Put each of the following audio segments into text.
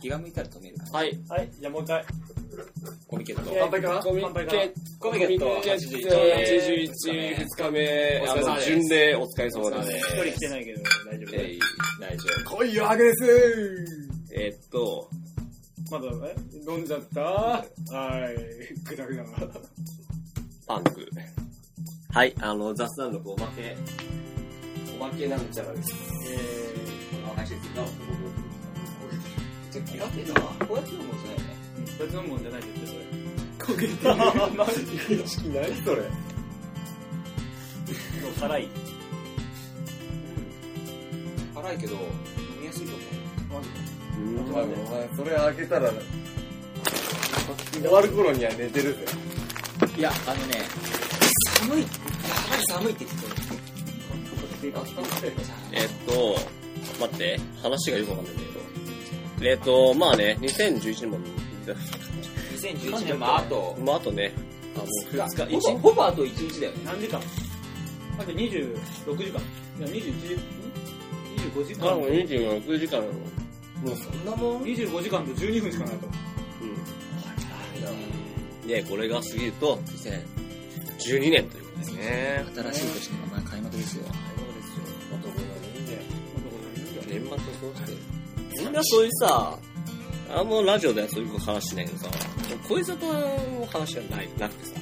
気が向いたら止める。はい。はい、じゃあもう一回。コミケット。イェイ乾杯か乾杯かコミケットコミケッ81 81、2日目、おあ疲れ様の、です巡礼お疲れ様で一人来てないけど大丈夫えい大丈夫。来いよ、アグレスえーっと、まだ、え飲んじゃったはい。ぐだぐだな。パンク。はい、あの、雑談のおまけ。おまけなんちゃらです。えこの話ですけど、ちょっと気がってんのは、こうやって飲むもんじゃないよね。ー、別のもんじゃないですよ、それ。焦げた意識ないそれ。辛い。辛いけど、飲みやすいと思うん、お前、それ開けたら、終わる頃には寝てるぜ。う。いや、あのね、寒い。やばい寒いって言ってた。えっと、待って、話がよくわかんないんだけど。えっと、まあね、2011年も、 2011年もあと、まああとね、あいやの、2日、ほぼ1、ほぼあと1日だよね。何時間あと26時間。いや、21、ん ?25 時あ、もう間。 26時間なの。もうそんなもん25時間と12分しかないと。うん。で、これが過ぎると、2012年ということですね。新しい年の名前買いまくですよ。男がいいんだよ。年末そうして。みんなそういうさ、あんまラジオではそういう話しないけどさ、恋沙汰の話がない、なくてさ。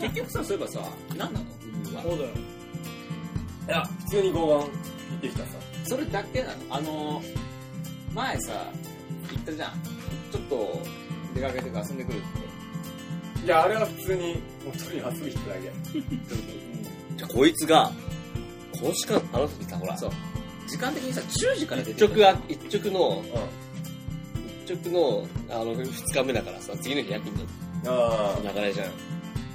結局さ、そういえばさ、何なの海は。そうだよ。いや、普通に剛腕行ってきたさ。それだけなのあの、前さ、行ったじゃん。ちょっと、出かけて遊んでくるって。いや、あれは普通に、もう一人遊び行っただけ。じゃあ、こいつが、この時間、あの時さ、ほら、そう時間的にさ、10時から出一て直あ、一直の、う一直の、あの、二日目だからさ、次の日夜勤ん。あの流れじゃん。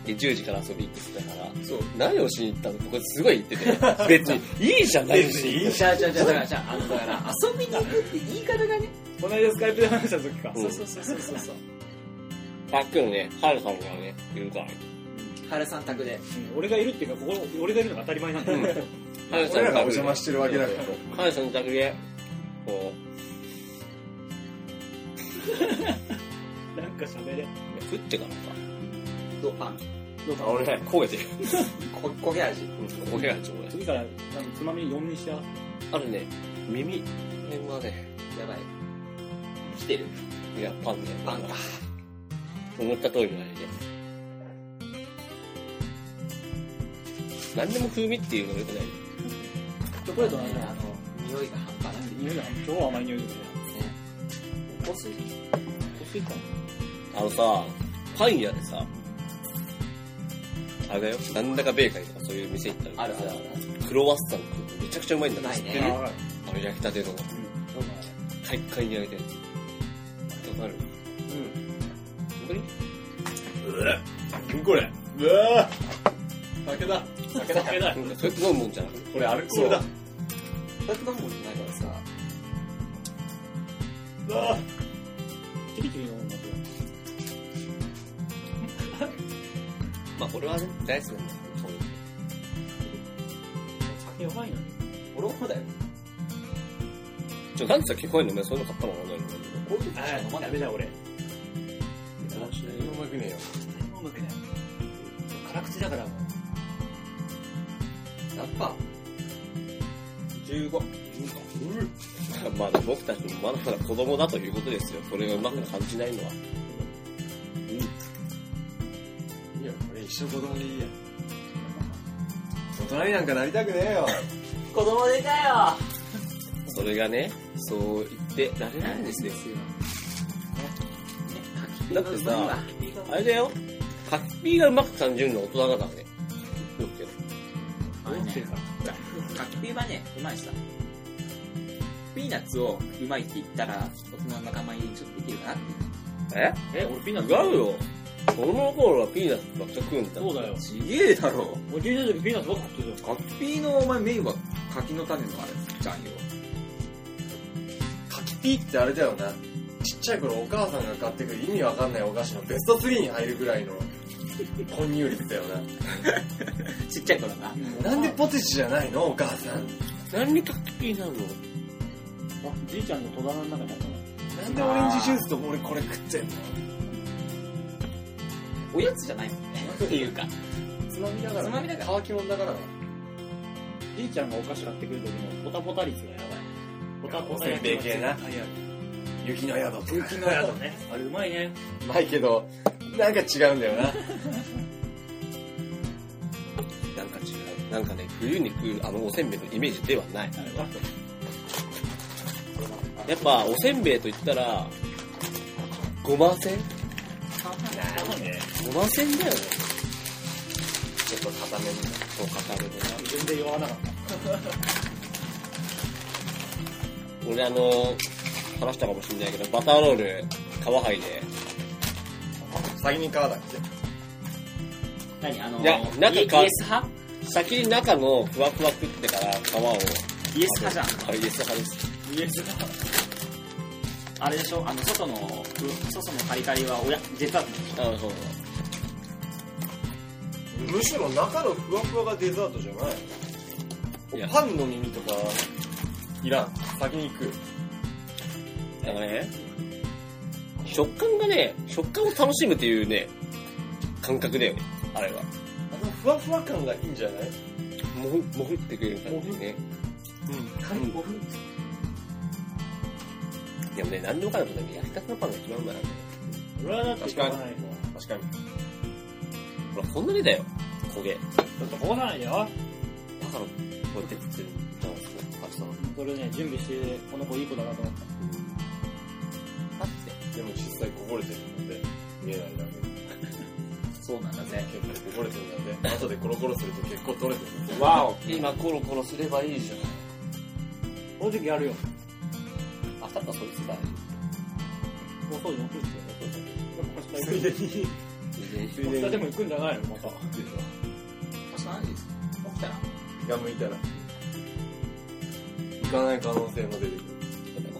で、10時から遊び行くって言ったから、そう。何をしに行ったのこれすごい言って て、別に、いいじゃん、何しに行ったじゃあのじゃあじゃあだからじゃあ、あの、だから、遊びに行くって言い方がね。この間スカイプで話した時か。うんそうそうそうそうそうそう。パックのね、ハルさんがね、いるから。原さん宅で。うん俺がいるっていうか、ここ、俺がいるのが当たり前なんだよ。ハあ。ルさ俺んらがおの邪魔してるわけだから。ハルさんの宅で、こなんか喋れ。う、食ってからさ、どうパンどうか俺ね、焦げてる。こ焦げ味。焦げがちょうだい。次から、なんかつまみ4にしちゃう。あるね、耳、面はね、やばい。来てる。いや、パンだよ。パンだ。思った通りの味で。何でも風味っていうのがよくない。チョコレートのねね、あの、匂いが半端なくていい匂いが超甘い匂いですね。ですね。香水香水か。あのさ、パン屋でさ、あれだよ、なんだかベーカリーとかそういう店行ったあらるあるある。クロワッサン食うとめちゃくちゃうまいんだうよまい知っねてるあの焼きたての。そうだねカリッカリに焼いたやつ。わかるうん。本うん、これ。うわ酒だ。酒だ。酒だ当。になんかそうやって飲むもんじゃなくて。ぁこれアルコールだ。酒飲むもんじゃないからさ。うわキリキリの音楽。まあ俺はね、大好きなんだけどそういう酒弱いのに。俺もだよ。の。ちょ、なんでさ、結構いいのね、そういうの買ったのかなないのこういうのしか飲まない。だ俺。ぁうまくねえよ。飲むけない。辛口だからもう。やっぱ、15。まあ僕たちもまだまだ子供だということですよ。これがうまく感じないのは。いいよ、俺一生子供でいいや。大人になんかなりたくねえよ。子供でかよそれがね、そう言ってられないんですよ。よ。だってさ、あれだよ。ハッピーがうまく感じるのは大人だからね。よくてあれねカキピーはね、うまいしさ。ピーナッツをうまいって言ったら、大人の仲間入りちょっとできるかなってええ、俺ピーナッツ。違うよ。子供の頃はピーナッツばっか食うんだ。そうだよ。ちげえだろ。俺小さい時ピーナッツばっか食ってたよ。カキピーのお前メインは柿の種のあれじゃんよ。カキピーってあれだよな。ちっちゃい頃お母さんが買ってくる意味わかんないお菓子のベスト3に入るぐらいの混入率だよな。ちっちゃい頃な。なんでポテチじゃないのお母さん。何にカキピーなのあじいちゃんの戸棚の中にあったの。なんでオレンジジュースと俺これ食ってんのおやつじゃないもんね。っていうか。つまみながら、つまみながら乾きもんだからね。じいちゃんがお菓子買ってくる時のポタポタ率がやばい。ポタポタ焼きは絶対ある。雪の宿とか。雪の宿ね。あれうまいね。うまいけど、なんか違うんだよな。なんか違う。なんかね、冬に食うあのおせんべいのイメージではない。あれはやっぱおせんべいと言ったら、ごませんね。ごませんだよね。ちょっと固めに。そう、固めてな。全然弱なかっ俺あの、話したかもしれないけど、バターロール、皮剥いで。先に皮だっけ何あのいやなんかイイエかス派先に中のふわふわ食ってから皮を。イエス派じゃん。はい、イエス派です。た。イエスだ。あれでしょあの、外の、う外のカリカリは、おや、実は、あの、そうむしろ中のふわふわがデザートじゃないいやパンの耳とか、いらん。先に食う。だからね、食感がね、食感を楽しむっていうね、感覚だよね、あれは。あのふわふわ感がいいんじゃないもふ、もふってくれる感じね。うん。でもね、何でもかんでもね、焼きたてのパンが一番うまいな。俺はだって確しょかうにがないと。確かに。ほら、こんなにだよ、焦げ。だちょっとこうないよ。から、こうやって食ってるんだろうね、明日はそれね、準備して、この子いい子だなと思った。だって、でも実際こぼれてるので、見えないだけ。そうなんだぜ。結構こぼれてるんだね。後でコロコロすると結構取れてる。わお今コロコロすればいいじゃん。この時やるよ。あ、たかそいつだ。お掃除も来るんですよ。でも明日ついでに。つい明日ででに。も行くんじゃないのまた。確か何です起きたら、が向いたら。行かない可能性も出てくる。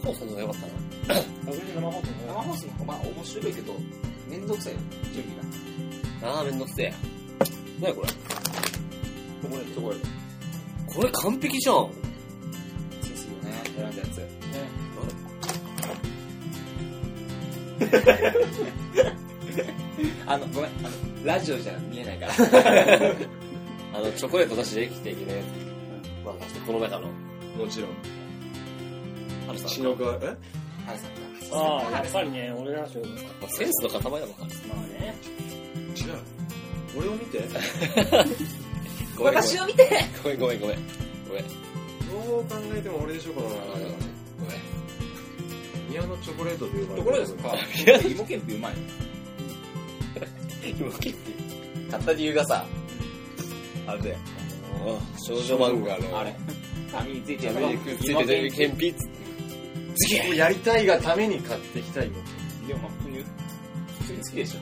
生放送の方が良かったな。確認生放送生 も放送の方が面白いけど、めんどくさいよ、準備が。ラーメンのせえ。なにこれこぼれてる。こぼれてる。これ完璧じゃん。そうですよね、選んだやつ。ね。あの、ごめん、あの、ラジオじゃ見えないから。 あの、チョコレートなしで生きていけないやつ。まあ、この中の。もちろん。ハルさん。血の川、え原さんが。ああ、やっぱりね、俺らしよ。まあセンスの塊だもんな。まあね。違う。俺を見て。ごめんごめん。を見てごめんごめんごめん。ごめん。どう考えても俺でしょ、このごめん。ごめん。宮のチョコレートで呼ばれとてるころですか、芋けんぴうまいの 今切って。買った理由がさ、あれだよ。少女漫画の。あれ。髪についてアるメリカついてるケンピッツ。次やりたいがために買ってきたいもん。でもまあ普通に、普通に好きでしょ。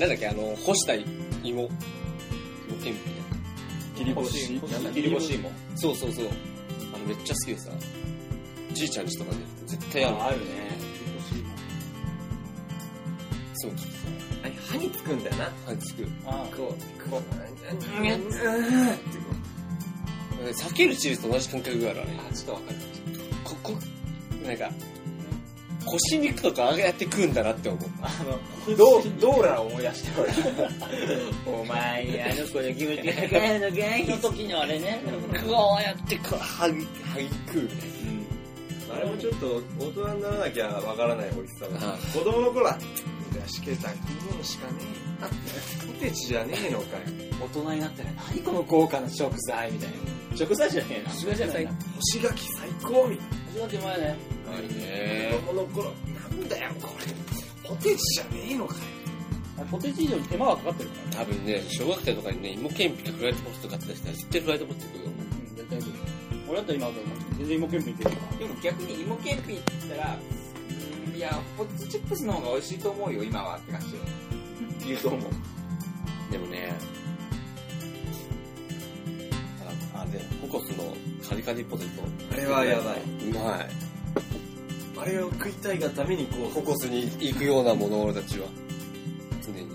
なんだっけ、あの、干した芋。芋ケンピ切り干し。切り干し芋。そうそうそう。あの、めっちゃ好きでさ。じいちゃんちとかで絶対ある。あるね。そう、きっとさ。あれ歯につくんだよな。はい、つく。あこう、こう。避けるチーズと同じ感覚があるあれ。あ、ちょっとわかる。ここ、なんか、腰肉とかああやって食うんだなって思う。あの、どう、 どうら思い出してお前、あの子の気持ちが変えのかいあ。の時のあれね。うわあやって食う、はぎ、はぎ食うみたいあれもちょっと大人にならなきゃわからない美味しさな。が。子供の頃は、しけた食い物しかねえ。ポテチじゃねえのかよ。大人になったら、何この豪華な食材みたいな。食材じゃねえな。それじゃないな。干し柿最高みたいそれだって前ね。あいいな。ね子供の頃、なんだよ、これ。ポテチじゃねえのかよ。あれポテチ以上に手間がかかってるか多らね。分ね、小学生とかにね、芋けんぴかフライドポテト買ったりしたら絶対フライドポテト食うよ。うん、絶対行く俺だったら今だと思う。全然芋けんぴいけるかでも逆に芋けんぴって言ったら、うんいや、ポテトチップスの方が美味しいと思うよ、今はって感じよ。言うと思う。でもね、ああれ、ココスのカリカリポテト。あれはやばい。うまい。あれを食いたいがためにこう、ココスに行くようなもの、俺たちは。常に。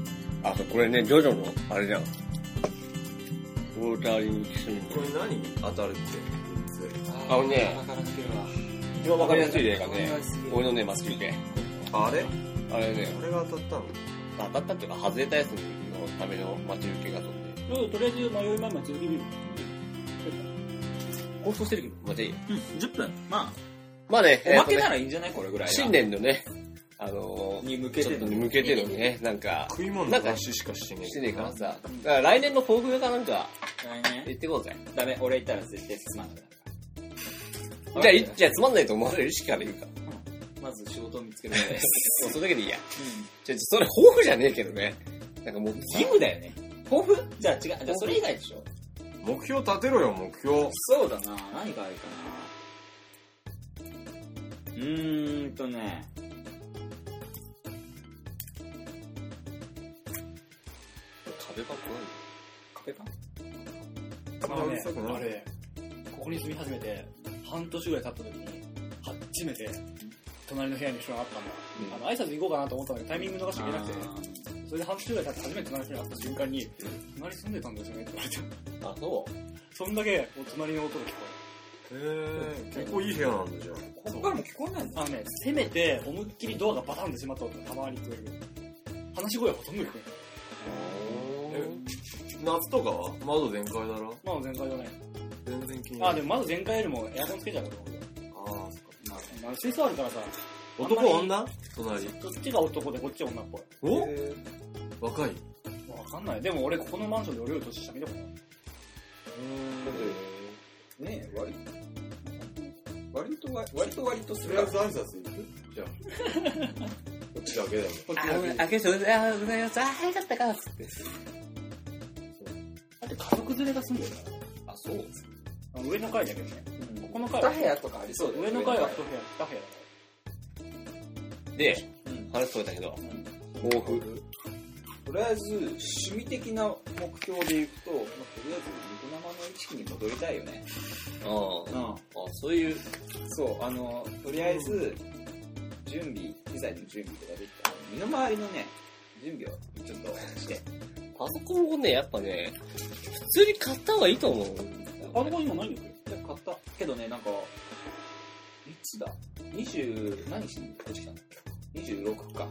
あ、これね、ジョジョの、あれじゃん。ウォーターリングキスミこれ何当たるって。あのねお腹から抜けるわ。一番わかりやすい例がねわかりやすい、俺のね、マスキュで。あれあれね、俺が当たったの当たったっていうか、外れたやつのための待ち受けが飛んで、うんとりあえず迷いまま続けるよ放送してるけど、まあ、でいいようん、10分。ままあね、あ、おまけなえーとねらいいんじゃないこれぐらいは。新年のね、あのーに向けちょてっとね向けてのね、なんか、食い物の話しかしてねしてねえからさ、だから来年の抱負がなんか、来言年ってこうぜ。ダメ、俺行ったら絶対つまんない。じゃあ、いじゃあつまんないと思われるしかないか。もまず仕事を見つけることです。うそれだけでいいや。うんじゃあ、それ抱負じゃねえけどね。なんかもう、義務だよね。抱負じゃあ違う。じゃあそれ以外でしょ目標立てろよ目標そうだな何があるかなうーんとね。壁が怖い。壁パンまあねそんなうるさくなあいれここに住み始めて半年ぐらい経った時に初めて隣の部屋に人があったんだ、あの挨拶に行こうかなと思ったんだけどタイミング逃してくれなくてそれで半年ぐらい経って初めて隣の人に会った瞬間に「隣住んでたんですよね」って言われてあ、そうそんだけお隣の音が聞こへえ結構いい部屋なんだじゃんここからも聞こえないんえるあのねせめて思いっきりドアがバタンで閉まった音がたまに聞こえる話し声はほとんど聞こえない夏とかは窓全開だろまあ全開だね全然気になあらでないもまだ全開よりもエアコンつけちゃうからあーそっかまあ、水槽あるからさ男女隣こっちが男でこっちが女っぽいお若いわかんない。でも俺、ここのマンションで俺より年下見たことない。ねえ、割割と割割と割とすとるか。挨拶行くじゃあこっちだけだよこっちあ、だごけめん、あ、けど、あ、ごめんなさい、早かったか。だって家族連れが住んでるかあ、そう。ら。上の階だけどね。ここの階は2部屋とかありそうだよ上ねの階は一部屋、二部屋で、うん話そうだけど、抱負。とりあえず、趣味的な目標でいくと、まあ、とりあえず、ベトナムの意識に戻りたいよね。ああ、あそういう、そう、あの、とりあえず、準備、機材の準備とかできたら、身の回りのね、準備をちょっとして。パソコンをね、やっぱね、普通に買った方がいいと思う。だから。あの子今ないんだよ。いや買ったけどね、なんか、いつだ ?20、何しにこっち来たんだっけ ?26 か。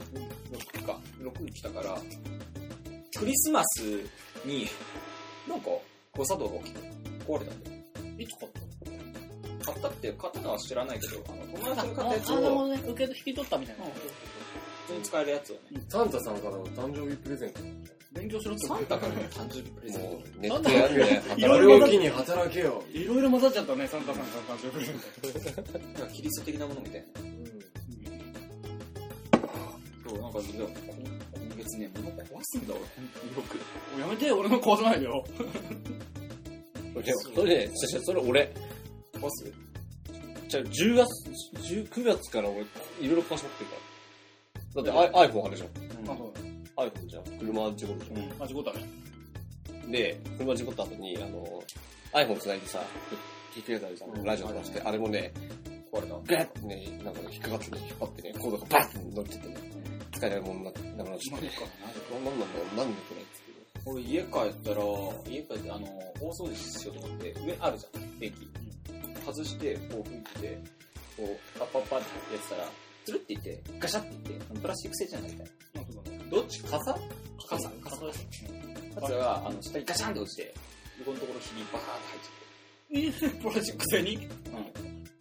6か。6に来たから、クリスマスに、なんか、誤作動が起きて、壊れたんだよ。いつ買った買ったって、買ったのは知らないけど、あの、友達が買のったやつあなるほを、どね。受け引き取ったみたいな。普通に使えるやつをね、サンタさんからの誕生日プレゼント勉強しろって。サンタからの誕生日プレゼンもト。う、ネットやる ね、なんだあ働れくを機に働けよいろいろ混ざっちゃったね、サンタさんから感情プレゼンなんかキリスト的なものみたいな。そう、なんか、でもこ今月ね、物壊すんだ、俺、ほんとによく。ト。やめて、俺の壊さないでよ。でもそれね、そしてそれ俺、壊すじゃあ10月、19月から俺、いろいろ貸しまくってるから。だって I- iPhone あるじうんあ、そゃん。iPhone じゃん。車事故るじうんうだ。あ、事故ったね。ゃん。で、車事故った後に、あの、iPhone 繋いでさ、聞いてたりさう、んラジオとかして、あれもね、壊れた。ガッてね、なんかね、引っかかってね、引っ張ってね、コードがバッて乗っててね、使えないもんなくなくなっちゃまっあていい。かななんなんだろう、なんでこれっつって。俺家帰ったら、家帰って、あの、大掃除しようと思って、上あるじゃん、電気。外して、こう拭いて、こう、パッパッパッってやってたら、つるっていって、ガシャっていって、プラスチック製じゃないみたいな。あ、そうだね。どっち傘傘、傘です。傘が、あの、下にガシャンって落ちて、横のところひびバカーっえ、 プラスチック製にて入っちゃって。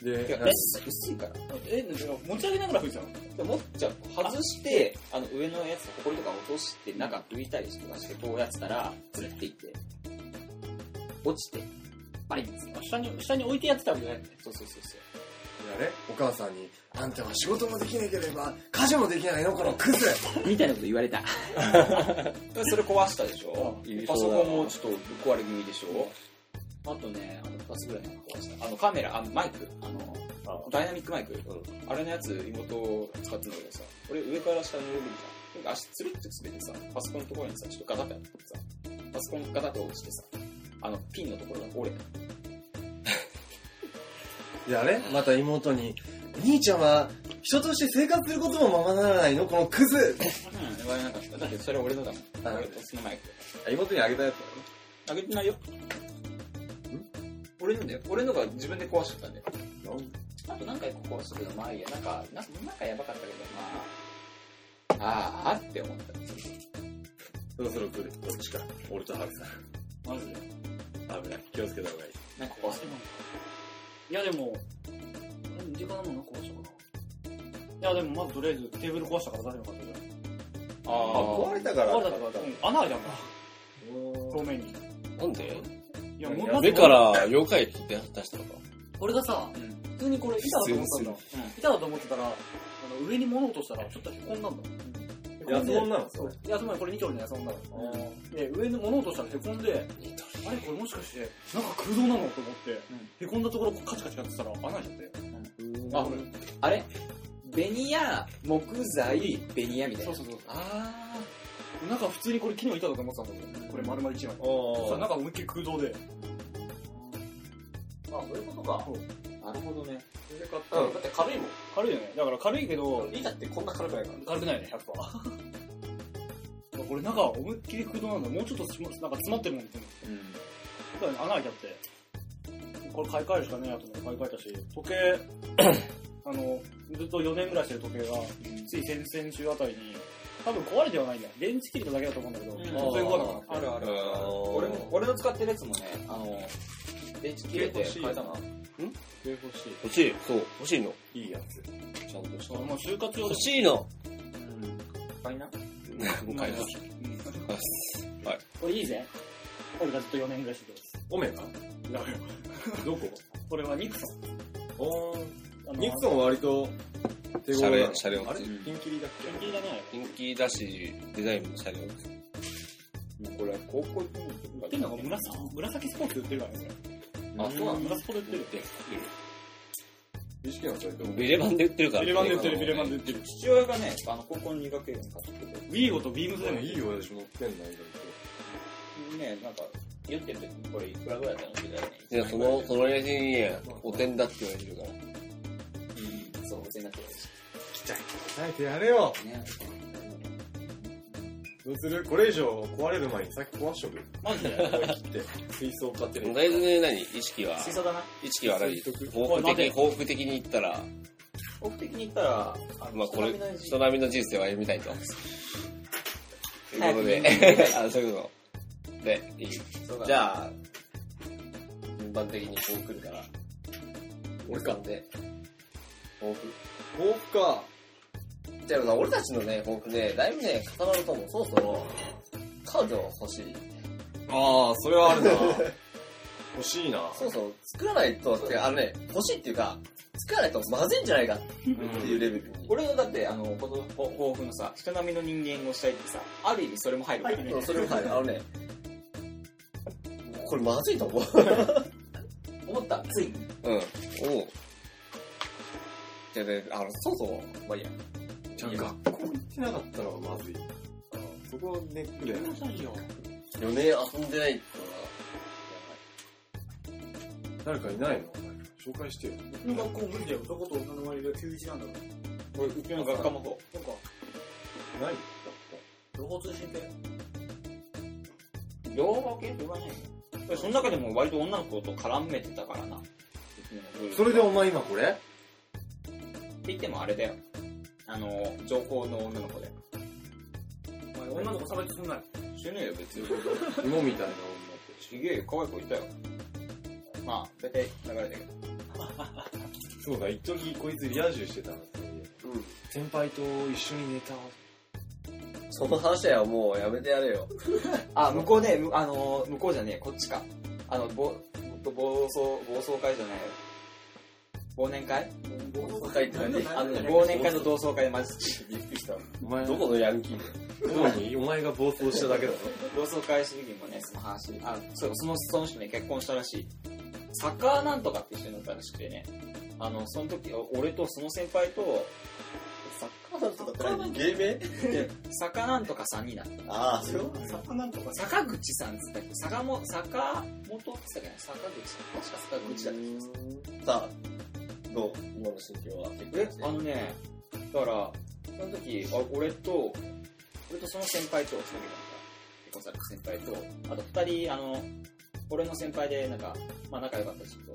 うん。いでや、薄い薄いから。え、なんか持ち上げながら吹いてたので持っちゃう。外して、あの、上のやつ、埃とか落として、中拭いたりとかして、こうやってたら、つるっていって、落ちて、バリンって。下に、下に置いてやってたわけじゃないのね。そうそうそうそう。やれお母さんに、あんたは仕事もできなければ、家事もできないのこのクズみたいなこと言われた。 それ壊したでしょうんパソコンもちょっとぶっ壊れ気味でしょあとね、あの、2つぐらいなんか壊した。あの、カメラ、あの、マイク、あの、ダイナミックマイク、あれのやつ妹使ってんだけどさ、俺上から下に上げるじゃん。なんか足つるって滑ってさ、パソコンのところにさ、ちょっとガタってやってさ、パソコンガタって落ちてさ、あの、ピンのところが折れた。やれまた妹に、兄ちゃんは、人として生活することもままならないのこのクうズん、言われなかった。だってそれ俺のだもん。あ俺とそのマイク。妹にあげたやつあげてないよ。俺のだよ。俺のが自分で壊しちゃったんだよ。だろあと何回ここはすぐの前や、なんか、ななんかやばかったけど、まあ、ああって思った。そろそろ来る。どっちか。俺とハルマジで。さん。危ない。気をつけた方がいい。なんかこう、いやでも、うん、時間もなんか壊したかな。いやでもまずとりあえずテーブル壊したから大丈夫かったあ、壊れたから。壊れたから、うん、穴開いたんだ。表面に。いなんでや、いやもうまず目から妖怪出したのか。俺がさ、うん普通にこれ板だと思ったんだ。板だと思ってたら、あの上に物落としたらちょっとへこんだんだ。やつもんなのそう。いや、つまりこれニトリのやつ女だで、上の物落としたらへこんで、あれこれもしかして、なんか空洞なのと思って、へこんだところカチカチやってたら穴開いちゃって。あ、あれベニヤ、木材、ベニヤみたいそなう。そうそう。あなんか普通にこれ木の板だと思ってたんだけど、これ丸々一枚。そしたらおー。中思いっきり空洞で。あ。あ、そういうことかそう。なるほどね。うんだって軽いもん。軽いよね。だから軽いけど、リーダってこんな軽くないから。軽くないよね、100%。これ中思いっきり空洞なんだ。もうちょっと詰まなんか詰まってるもんって。うん。だから穴開いちゃって。これ買い替えるしかねえなと思って買い替えたし、時計、 あの、ずっと4年ぐらいしてる時計が、つい先々週あたりに、多分壊れてはないんだよ。電池切れただけだと思うんだけど、ん突然壊れたかあら。るある。あー俺も、俺の使ってるやつもね、あの、電池切れて変えたな。欲しい。そう。欲しいの。いいやつ。ちゃんとしそうもう就活用で欲しいの。も買いな。う買います。これいいぜ。俺がずっと4年ぐらいしてる。オメガだからどここれはニクソン。おー。あのニクソンは割と手シャ頃なレ、の。シャレオあれツ。ピンキリだっけピンキリだね。人気だし、デザインもシャレオツ。これ、高校行く売ってんのが紫紫スポーツで売ってるからね、あ、あそそううなのなこれ。紫スポで売ってる。意識のそれとも。ビレバンで売ってるから。ビレバンで売ってる、ビレバンで売ってる。父親がね、あの、高校の入学券買ってて、ウィーゴとビームズででももいいい。いよ、私乗ってんな、いろいね、なんか、酔ってる時にこれいくらぐらいだろうみたいいや、その、そのレジに、おてんだって言われてるから。な。そう、全然なくてと。耐えてやれよ。ね。どうするこれ以上壊れる前に先壊しとく。マジで。切って、水槽買ってね。だいぶね、何意識は、水槽だな。意識は何水槽報復的に、報復的に言ったら、オフ的に言ったら、あまあこれ人並みの、人並みの人生を歩みたいと。ということで、 あ、そういうこと。で、いいそうだじゃあ、順番的にこう来るから、俺かで、抱負。抱負か。でもな、俺たちのね、抱負ね、だいぶね、固まると思う。そろそろ、彼女欲しい。ああ、それはあるな。欲しいな。そろそろ作らないと、てかあのね、欲しいっていうか、作らないとまずいんじゃないかっていうレベルに。俺のだって、あの、このほ抱負のさ、人並みの人間をしたいってさ、ある意味それも入るからね。それもはい、あのね、これまずいと思う。思った、ついに。うん。おう。じゃあね、あの、そうそう。まあいいや。じゃあ学校行ってなかったのはまずい。あーそこはネックだよね。 4年遊んでないっていうのは誰かいないの紹介してよ。うちの学校無理だよ。男と女の割合が91なんだから。俺、うちの学科もそう。なんか、ない情報通信系両方系って言わないよその中でも割と女の子と絡めてたからな。それでっお前今これて言ってもあれだよ。あの、情報の女の子で。お前女の子差別すんなよ。知ねえよ、 別に。芋みたいなすげえよ、可愛い子いたよ。まあ、大体流れてる。女。そうだ、一時こいつリア充してたの。うん。先輩と一緒に寝た。その話はもうやめてやれよ。あ、向こうね、むあの、向こうじゃねえ、こっちか。あの、ぼ、暴走、暴走会じゃないよ。忘年会僕が書いてないあのね、忘年会と同窓会でマジびっくりした。お前どこのヤンキー主にお前が暴走しただけだろ。同窓会する時もね、その話、あ、そう、その、その人ね、結婚したらしい。サッカーなんとかって一緒になったらしくてね。あの、その時、俺とその先輩と、サッカーなんとかって何芸名で、サカなんとかさんになった。ああ、それは魚なんとか坂口さんっつったっけ坂も、坂本っつったっけな坂口さん。確か坂口だった気がするさあ、どう今の心境は。えあのねだからその時あ俺と俺とその先輩とその時なんか結婚された先輩とあと二人あの俺の先輩でなんかまあ仲良かった人と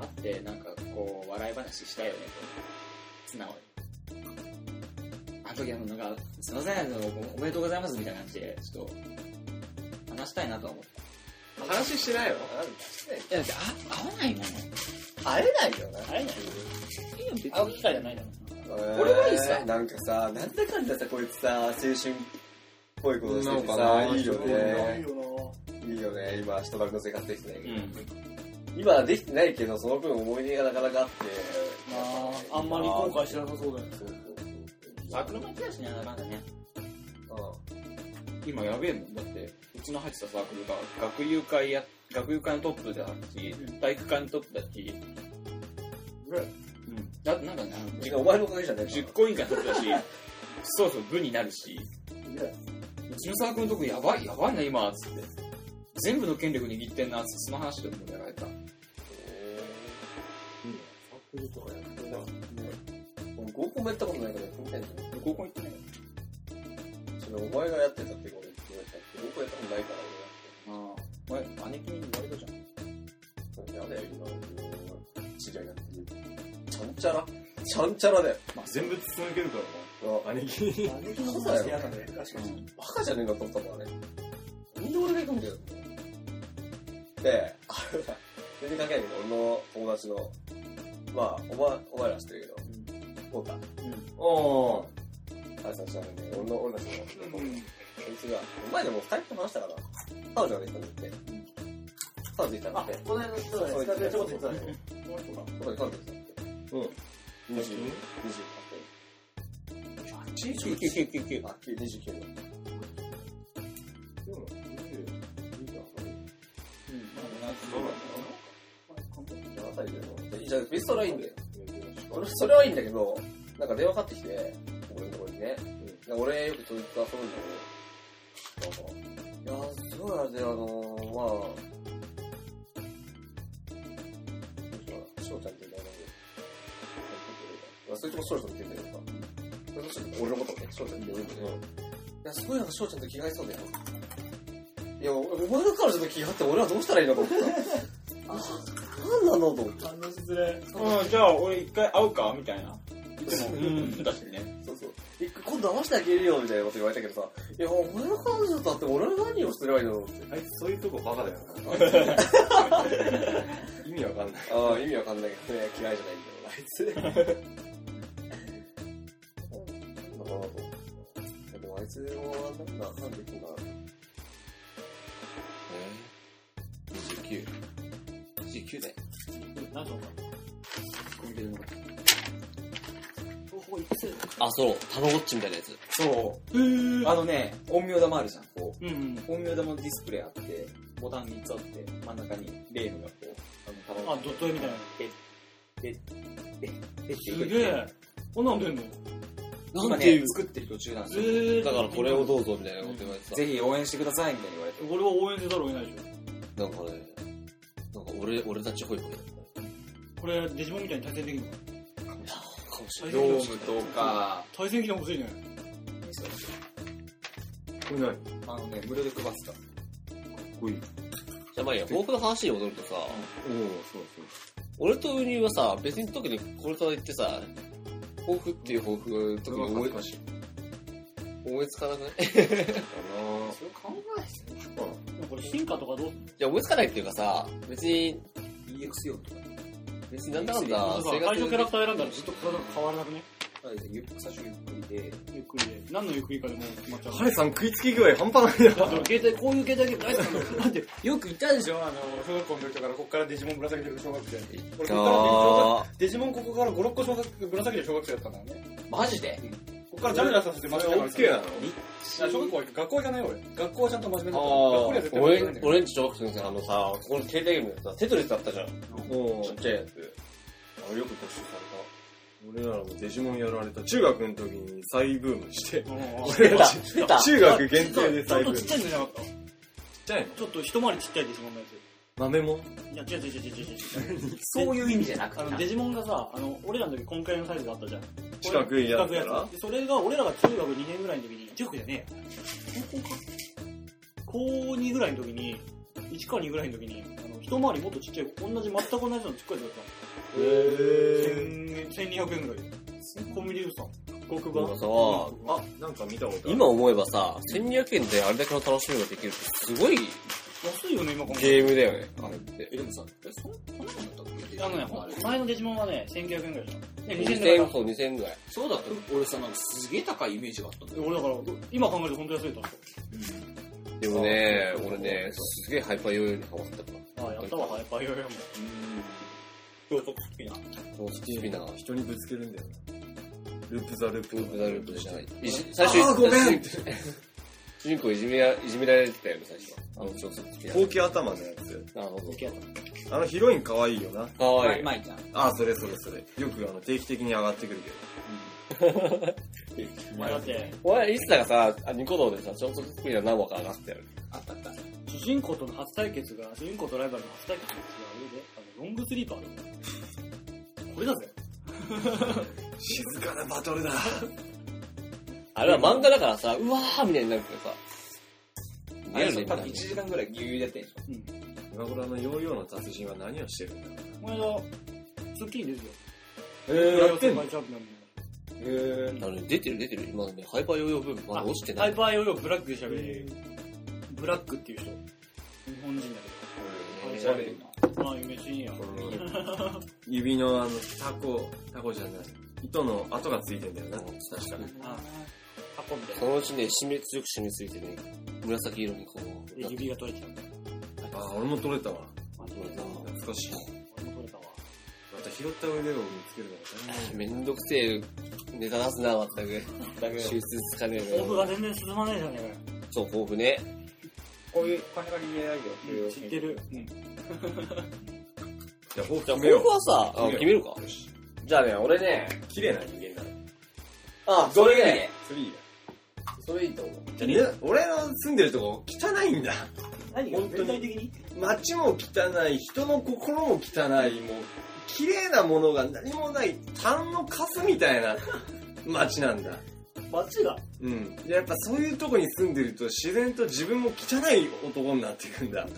会って、なんかこう、笑い話したいよねと。素直に。あの時あの、なんか、すいません、あのおおめでとうございますみたいな感じで、ちょっと、話したいなとは思った。話してないよ。いや、だって、あ、合わないもの。会えないよな。会えない会う機会じゃないだろ。俺はいいさなんかさ、なんだかんださ、こいつさ、青春っぽいことしててなさ、んかないいよいいね。よいいよね、今、人ばりの生活できてないけど。ん。今はできてないけど、その分思い出がなかなかあって。な。まあ、あんまり後悔してなさそうだよね。そうそうそうサークルも行ってたしね、なんだかんだね。う今やべえもん。だって、うちの入ってたサークルが、学友会や、学友会のトップだし、体育会のトップだし、うん。だってなんかね、んてかお前のおかげじゃない10個委員会のトップだし、そうそう、部になるし、うちのサークルのとこやばい、やばいな、今、つって。全部の権力握ってんな、つって、その話でもやられた。俺合コンもやったことないからやってみたいんだよ高校行ってね。それお前がやってたってこと言ってましたけど合コンやったことないからああ。お前、姉貴に言われたじゃん。俺はやだよ今俺知り合いなんてちゃんちゃらちゃんちゃらだよ全部筒抜けるからあ兄貴そうだようん。バカじゃねえかと思ったもんあれなんで俺が行くんだよで あれだ全然関係ないけど俺の友達のまあお前お前ら知ってるけどポーターな。おー。解散したのに、俺の、俺たちの、そいつが、お前でも二人と話したから、彼女ができたんだって。彼女できたんだって。この辺の人そう使ってるとこそうそう彼女できたんだって。うん。20、 9、9、9、9。 28。あ、9、29だ。7歳だよ。じゃあ、ベストラインだよ。俺、それはいいんだけど、なんか電話かかってきて、俺のところにね。なんか俺よくそいつと遊ぶんだけど、なんか、いやー、すごいあれで、あのー、まあ、どうしようかな翔ちゃんって名前で、まあ、そいつも翔ちゃんって言うんだけどさ、そいつも俺のことをね、翔ちゃんって呼ぶんだけど、いや、すごいなんか翔ちゃんと気が合いそうだよ。いや、おお前が彼女と気が合って俺はどうしたらいいのか思った。なんなのと思って。反応しづれ。うん、じゃあ、俺一回会うかみたいな。いつも、うん、だしね。そうそう。一回今度合わせてあげるよみたいなこと言われたけどさ、いや、お前の彼女だって俺は何をすればいいんだろうって。あいつそういうとこバカだよな。意味わかんない。ああ、意味わかんないけどね、嫌いじゃないんだよ、あいつ。なんだろうなと思って。でもあいつもなんだ、なんでこんな。 29。29だよ。何しようか。あ、そう。タロゴッチみたいなやつ。そう。あのね、音量玉あるじゃん、こう。うんうん。本名玉のディスプレイあって、ボタン3つあって、真ん中にレームがこう、あの、あ、ドット絵みたいな。出てすげえ。こんなん出んの今ね、作ってる途中なんですえよ。ー。だからこれをどうぞみたいなこと言われてさ。ぜひ応援してくださいみたいに言われて。俺は応援せざるを得ないでしなんかね、なんか俺、俺たち保育だったょ。これ、デジモンみたいに対戦できるのかもしれれないない。ドームとか、対戦機能欲しいね。これ何かあのね、無料で配ってた。っこいい。じゃあまあいいや、僕の話に戻るとさ、おおそう俺とウニはさ、別に特にこれから言ってさ、抱負っていう抱負、特に思い思いつかなくないいそそれ考う。かなこれ進化とかどうすんのや、思いつかないっていうかさ、別に、えて EX 用とか。別になんだかんだなんか生最初キャラ活クター選んだらずっと体が変わらなくね。ゆっくり最初ゆっくりで、ゆっくりで。何のゆっくりかでもう決まっちゃう。ハレさん食いつき具合半端ないな。だって携帯、こういう携帯ゲーム大好きなんだよ。だって、よくいたでしょあの、小学校の時だから、こっからデジモンぶら下げてる小学生。俺、こっからあデジモンここから5、6個小学ぶら下げてる小学生だったんだよね。マジでこっからジャルジャルさせて真面目なの。あ小学校は学校行かないよ俺。学校はちゃんと真面目なの。学ー校には俺絶対行かないんだ、けど。俺んち小学生の時あのさ、ここの携帯ゲームでさ、テトリスだったじゃん。おちっーちゃいやつ。あれよく募集さ俺らもデジモンやられた。中学の時に再ブームして。ち俺ら出た中学限定でょ再っブーとム。ちっちゃいのじゃなかったちゃいのちょっと一回りちっちゃいデジモンのや豆もつ。いや、違う違う違う違う違う。そういう意味じゃなくあの、デジモンがさ、あの、俺らの時こんくらいのサイズがあったじゃん。四角いやつ四角からでそれが俺らが中学2年ぐらいの時に、中学じゃねえや高校か。高2ぐらいの時に、1か2ぐらいの時に、あの、一回りもっとちっちゃい、同じ、全く同じのちっこいやつだったの。え千1200円ぐらいで。コンビニで売ってたの僕がさ、あ、なんか見たことある。今思えばさ、1200円であれだけの楽しみができるってすごい安いよね、今考えたらゲームだよね、あれって。え、でもさ、え、そんこんなのだったっけあのね、ほん前のデジモンはね、1900円ぐらいじゃん。ね、2000 2000円だ円、そう、2000円ぐらい。そうだった俺さ、なんかすげえ高いイメージがあったんだよ。俺だから、今考えると本当安いと思でもね、俺ね、すげえハイパーヨーヨーにハマってたから。う。あ、やったわ、ハイパーヨーヨーも。京都好きな。そう、スピーナー。人にぶつけるんだよな。ループザループ。ループザループじゃない。いじ最初、あごめん主人公いじめや、いじめられてたよね、最初は。あの、超速スピーほうき頭のやつ。ナー。なるほど。あのヒロイン可愛いよな。かわいい。マイちゃん。あ、それそれそれ。よくあの定期的に上がってくるけど。お前だって、お前、いつだかさ、あニコ動でさ、超速スピーナー何話か上がってたよね。あったあった。主人公との初対決が、主人公とライバルの初対決が、あれで、あの、ロングスリーパーで。これだぜ。静かなバトルだ。あれは漫画だからさ、うわーみたいになるけどさ。あれリアルさ、に多分1時間ぐらいぎゅうぎゅうでやってんでしょ。今頃あのヨーヨーの達人は何をしてるんだこの間、スッキリですよ。えやってんのチャンピオンあのね出てる出てる。今ね、ハイパーヨーヨーブームまだ落ちてのハない。イパーヨーヨーブラックで喋る。ブラックっていう人。日本人だ俺調べてみた。けど。まあ、別にいいや。 指のあの、タコ、タコじゃない。糸の跡がついてんだよな。確かに。あ、運んでそ。のうちね、締め、強く締め付いてね、紫色にこう、なって指が取れちゃう。あ、俺も取れたわ。あ、取れた。懐かしい。俺も取れたわ。また拾った腕を見つけるからね。めんどくせえネタ出すな、まったく。だけど手、術つかねえ豆腐よ。が全然進まないじゃねそう、豊富ね。こういう感じが言えないよえかよ。知ってる。うん。じゃあ、ほうき決め豊よ富はさ、あ決めよう決めるか。じゃあね、俺ね、う。綺麗な人間だ。あ、それね、スリーだ。それいいと思う。じゃあね、俺の住んでるとこ汚いんだ。何がが全体的に街も汚い、人の心も汚い、もう、綺麗なものが何もない、痰のカスみたいな 街なんだ。街が。うん。で、やっぱそういうとこに住んでると自然と自分も汚い男になっていくんだ。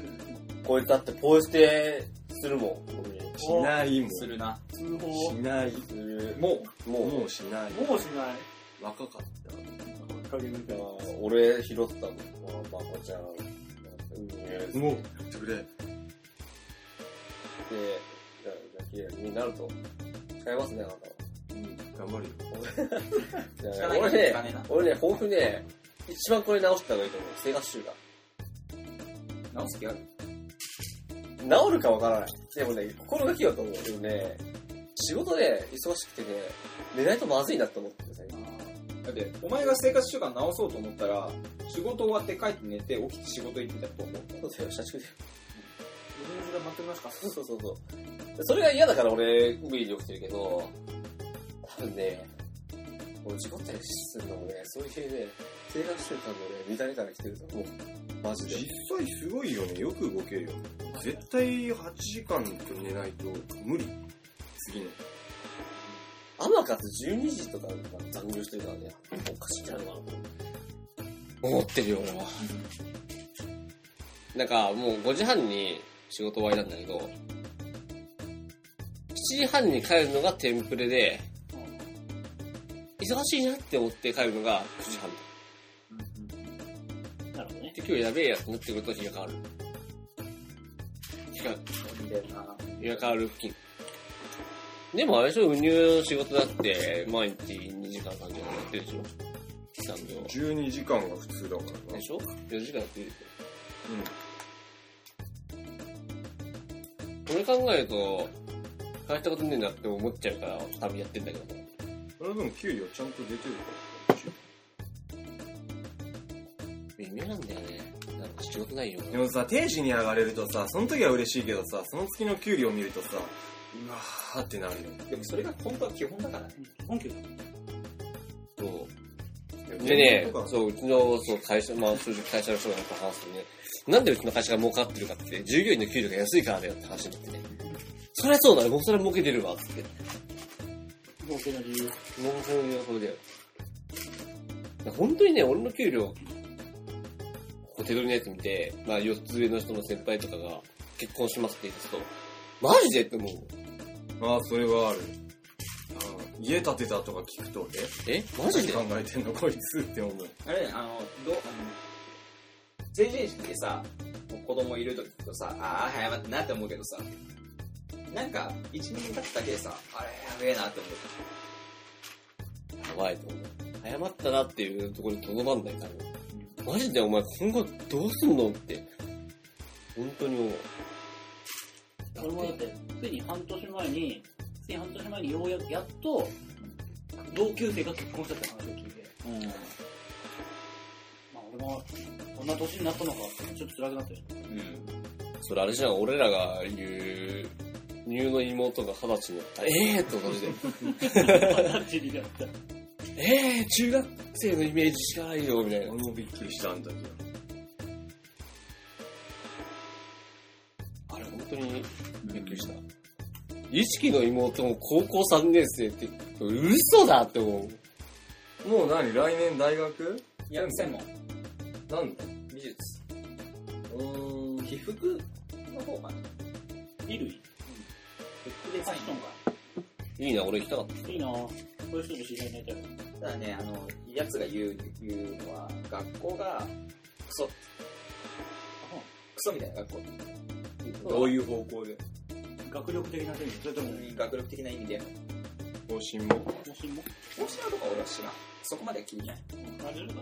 こいつだってポイ捨てするもん、ゴミしないもん。すしるな。通報。ない。する。もう、ももうしない。もうしない。若かった。影みう、たいな。あー俺拾ったの。まあ、まこちゃん。うんもう、やってくれ。で、じゃあ、綺麗になると。使えますね、あなたは。頑張るよ。じゃあ使わない俺といねかねえな、俺ね、抱負ね、一番これ直した方がいいと思う。生活習慣。直す気ある。治るかわからない。でもね、心がけようと思う。でもね、仕事で忙しくてね、寝ないとまずいなと思ってさ、今。だって、お前が生活習慣直そうと思ったら、仕事終わって帰って寝て、起きて仕事行ってたと思う。そうだよ、社畜で。水が待ってますかそうそうそうそう。それが嫌だから俺、無理に起きてるけど、多分ね、俺自己転換するのもね、そういうね、生活習慣のね、乱れから来てると思う。マジで。実際すごいよね。よく動けるよ。絶対8時間寝ないと無理。次の。天かつ12時とか残業してるからね、おかしいんじゃないのかなと思う。思ってるよ、俺は。なんか、もう5時半に仕事終わりなんだけど、7時半に帰るのがテンプレで、忙しいなって思って帰るのが9時半。なるほどね。で、今日やべえやと思ってくると日が変わる。日がみたいな。入れ替わる付近。でもあれでしょ、運輸の仕事だって、毎日2時間3時間やってるでしょ残業。 12時間が普通だからでな。しょ ?4 時間やってるでしょ。これ考えると、大したことねえなって思っちゃうから、旅やってんだけど。それでも給料ちゃんと出てるから。微妙なんだよね。なんか仕事ないよ。でもさ、定時に上がれるとさ、その時は嬉しいけどさ、その月の給料を見るとさ、うわーってなるよ。でもそれが本当は基本だからね。本拠だ。そう。でね、そう、うちの、そう、会社、まあ、正直会社の人がやっぱ話すとね、なんでうちの会社が儲かってるかって、従業員の給料が安いからだよって話になってね。そりゃそうだよ、僕それは儲けてるわ、つって。儲けの理由。儲けの理由はそれだよ。本当にね、俺の給料、こう手取りのやつ見て、まあ、4つ上の人の先輩とかが、結婚しますって言ってと、マジでって思う。ああ、それはある。あー家建てたとか聞くと、ええマジで考えてんのこいつって思う。あれ、あの、どう、あの、成人式でさ、子供いるときとさ、ああ、早まってなって思うけどさ、なんか、一年経っただけでさ、あれ、やべえなって思う。やばいと思う。謝ったなっていうところにとどまんないから。マジでお前今後どうすんのって。本当に思う。だ俺もだっ、ってついに半年前に、ついに半年前にようやく、やっと、同級生が結婚したって話を聞いて、まあ俺も、こんな年になったのかって、ちょっと辛くなったよ。それあれじゃん、俺らが言う、乳の妹が二十歳になった。ええー、って同 じで。二十歳になった。ええー、中学生のイメージしかないよ、みたいな。俺もびっくりしたんだけど。あれ本当にびっくりした。意識の妹も高校3年生って、嘘だって思う。もう何来年大学いや、専門。なんだ美術。うーん。被服の方かな。衣類被服でファッションいいな、俺行きたかった。が。いいなぁ。そういう人と知り合いになりたいわ。ただね、あの、やつが言う、言うのは、学校が、クソ。クソみたいな学校。どういう方向で学力的な点それとも、学力的な意味で。方針も方針も大島とか俺は知らん。そこまでは気にない。感じるかな。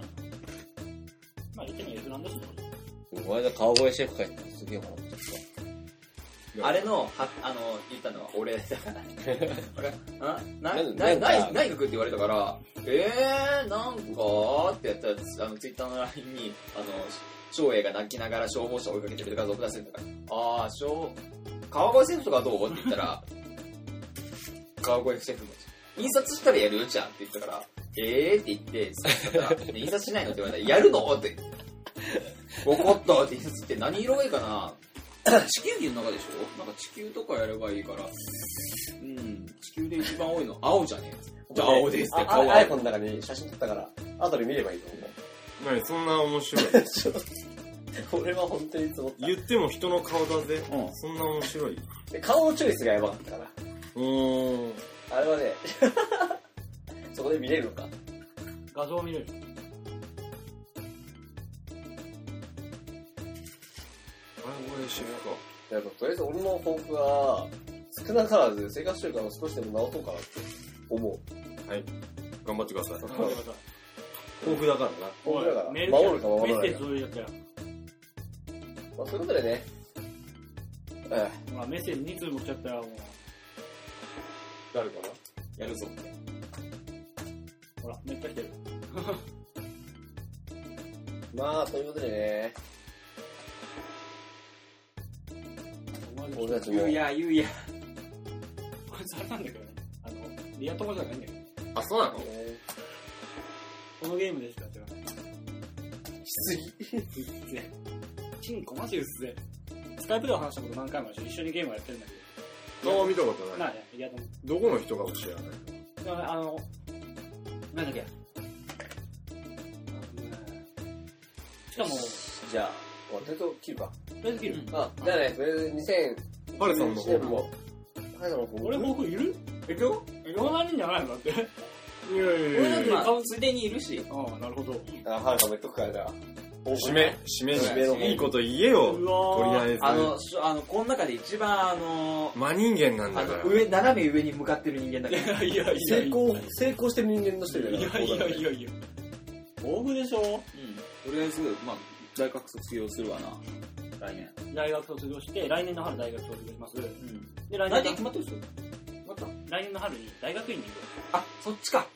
まあ言っても譲らんだしね。この間川越シェフ帰ってすげえ笑ってた。あれの、は、あの、言ったのは俺だから。俺、あな、なんな、なんかない、ない学って言われたから、えー、なんかってやったら、つあの、ツイッターの LINE に、あの、照英が泣きながら消防車を追いかけてくる画像を出せるから、あー、消、川越シェフとかどうって言ったら、川越シェフの、印刷したらやるじゃんって言ったから、えーって言って、そしたらで印刷しないのって言われたら、やるのって。怒ったって印刷って何色がいいかな地球儀の中でしょなんか地球とかやればいいから、うん、地球で一番多いの青じゃねえじゃあ青ですってあ顔あはイ。コンの中に写真撮ったから、後で見ればいいと何そんな面 白い。思う。俺は本当にいつも言っても人の顔だぜ。うんそんな面白い。で顔のチョイスがやばかったかうーん。ら。あれはね、 そこで見れるのか。画像を見れる。川越シェフか。いやとりあえず俺の抱負は、少なからず生活習慣を少しでも直そうかなって思う。頑張ってく ださい。なるほど豊富だからな。抱負だから、メー守ルるか守らなメッいかセージ。そういうやつや。まあ、そういうことでね、えまあメッセージ2通も来ちゃったらもう、誰かなやるぞって。ほら、めっちゃ来てる。まあ、そういうことでね、俺たちも言うや、言うや。こいつあれなんだけどね。あの、リア友じゃないんだけど。あ、そうなのこのゲームでしか違う。きつい。きつい。チンコマジうっせえ。スカイプでは話したこと何回もあるし、一緒にゲームはやってるんだけど。顔は見たことない。なあね、いやでも、どこの人かも知らない。でもねあの、なんだっけ。しかも、じゃあ、俺と切るか。とりあえず切る。あ、じゃあね、とりあえずハルさん2001の方年も、はい、その抱負俺、僕いるえ、今日こんな人じゃないのだって。いやいやいやまあ、顔ついでにいるし。ああ、なるほど。あ、はるかも言っとくから、じゃあ。締め、締め締めのいいこと言えよ。うわとりあえず。あの、しあの、この中で一番、あの、真人間なんあだから。の、上、斜め上に向かってる人間だから。いやいやいや。成功、成功してる人間の人いだやよいやいやいやいや。抱負でしょうん。とりあえず、まあ、大学卒業するわな。来年。大学卒業して、来年の春大学卒業します。うん。で、来来年年決まのってるでしょまた来年の春に大学院に行く。あ、そっちか。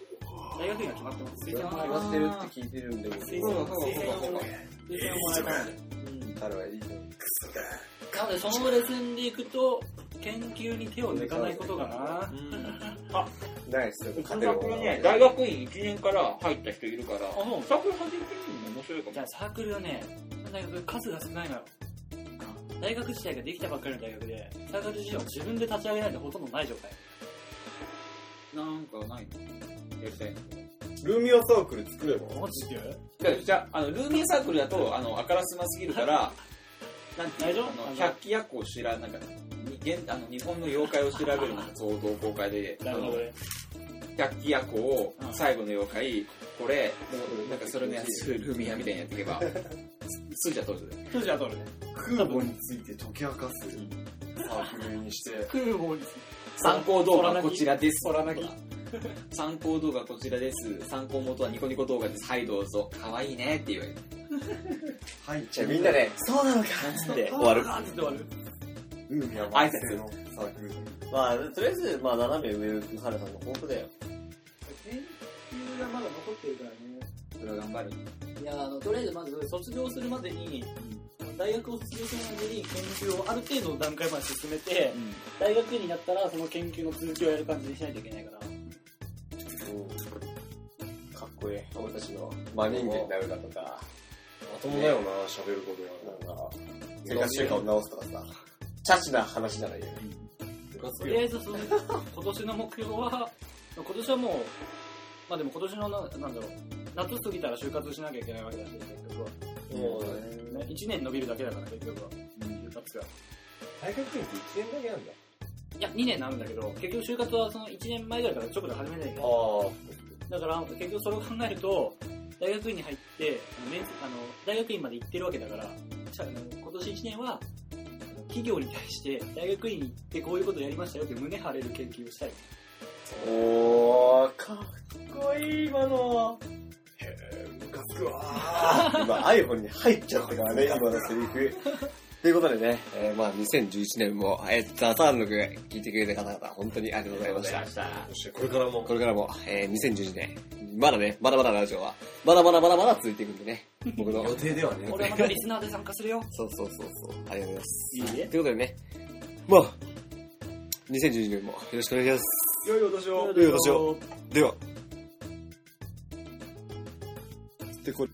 大学院が決まってます。推決薦をもらいままってるって聞いてるんで、僕す。推薦をそうそうそう推薦をもらえ推薦をもらえたので。彼はいいと思うなので、そのレスンで行くと、研究に手を抜かないことかな。ないですよ、勝てる学ね、大学院1年から入った人いるから、そうサークル始めてみるの面白いかもじゃ。あサークルはね、大学数が少ないのよ。大学自体ができたばっかりの大学で、サークル自体を自分で立ち上げないとほとんどない状態。なんかないのやりたいのルーミアサークル作ればマジでじゃあ、あの、ルーミーサークルだと、あの、あからすますぎるから、なんていうの大丈夫あの百鬼夜行を知らなんかに現あの日本の妖怪を調べるのが総合公開であなるほのどね。百鬼夜行をうん最後の妖怪これもうなんかそれのやつルミアみたいにやっていけ ばすすんじゃ当時だよ当時は通るね。空母について解き明かすサークルにして、空母に。参考動画空泣こきちらです空泣き 参考動画こちらです参考元はニコニコ動画ですはいどうぞかわいいねって言われてはい、じゃあみんなで、そうなのかつって終わる。あーつって終わる。海は満世のサークル。まあ、とりあえず、まあ、斜め上、福原さんの抱負だよ。研究がまだ残ってるからね。それは頑張るいや、あの、とりあえずまず卒業するまでに、大学を卒業するまでに研究をある程度の段階まで進めて、大学院になったらその研究の続きをやる感じにしないといけないから。かっこいい。俺たちの。真人間になるだとか、まともだよな、喋ることがなん。か、生活習慣を直すとかさ、チャチな話ならいいよ。とりあえずその、今年の目標は、今年はもう、まあでも今年のな、なんだろう、夏過ぎたら就活しなきゃいけないわけだし、結局は。もうね、1年伸びるだけだから、結局は。就活が。大学院って1年だけなんだ。いや、2年なんだけど、結局就活はその1年前ぐらいから直で始めないかあら。だから、結局それを考えると、大学院に入って、あの面接あの大学院まで行ってるわけだから、しゃあの今年1年は、あの企業に対して、大学院に行ってこういうことやりましたよって胸張れる研究をしたい。おー、かっこいい、今あ、の。ムカつくわ。 今、iPhone に入っちゃったからね、今のセリフ。ということでね、えーまあ2011年も、えー、ザ・ターンの曲聴いてくれた方々、本当にありがとうございました。そしてこれからも、これからも、えー2011年、まだね、まだまだラジオは、まだまだまだまだ続いていくんでね、僕の。予定ではね、俺はまたリスナーで参加するよ。 そうそうそうそう、ありがとうございます。いいえ。ということでね、まあ、2012年もよろしくお願いします。良いお年を。良いお年を。では。でこれ